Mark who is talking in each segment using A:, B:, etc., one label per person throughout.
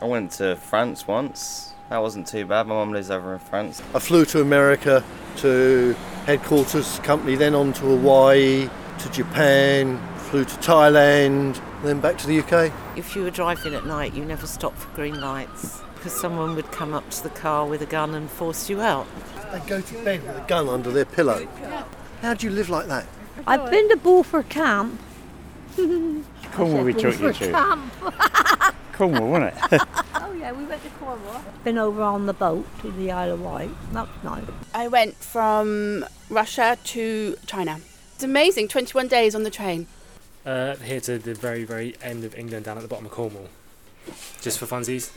A: I went to France once. That wasn't too bad. My mum lives over in France.
B: I flew to America to headquarters company, then on to Hawaii, to Japan, flew to Thailand, then back to the UK.
C: If you were driving at night, you never stopped for green lights because someone would come up to the car with a gun and force you out.
B: They go to bed with a gun under their pillow. How do you live like that?
D: I've been to Balfour Camp.
E: Cornwall we took you to.
D: Camp.
E: Cornwall, wasn't it?
D: Oh yeah, we went to Cornwall. Been over on the boat to the Isle of Wight. That's nice.
F: I went from Russia to China. It's amazing, 21 days on the train.
G: Uh, here to the very, very end of England, down at the bottom of Cornwall, just for funsies.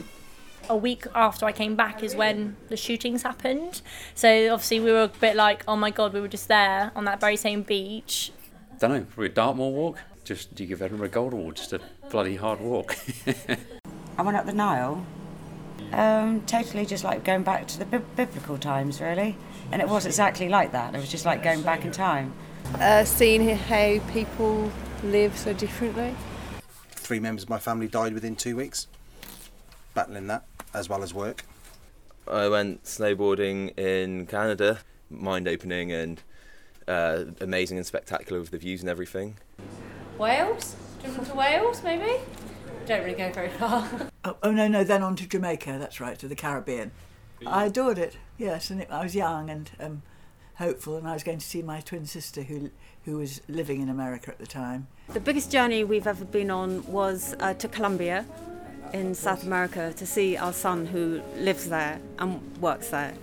H: a week after I came back is when the shootings happened. So obviously we were a bit like, oh my god, we were just there on that very same beach.
I: Don't know, probably a Dartmoor walk. Just you give Edinburgh Gold Award, just a bloody hard walk.
J: I went up the Nile. Um, totally just like going back to the bi- biblical times, really. And it was exactly like that. It was just like going back in time.
K: uh, seeing how people live so differently.
L: Three members of my family died within two weeks, battling that as well as work.
M: I went snowboarding in Canada, mind opening and uh, amazing and spectacular with the views and everything.
H: Wales? Driven to Wales, maybe? Don't really go very far.
N: Oh, oh no, no, then on to Jamaica, that's right, to the Caribbean. I adored it, yes, and it, I was young and um, hopeful, and I was going to see my twin sister who, who was living in America at the time.
O: The biggest journey we've ever been on was uh, to Colombia in South America to see our son who lives there and works there.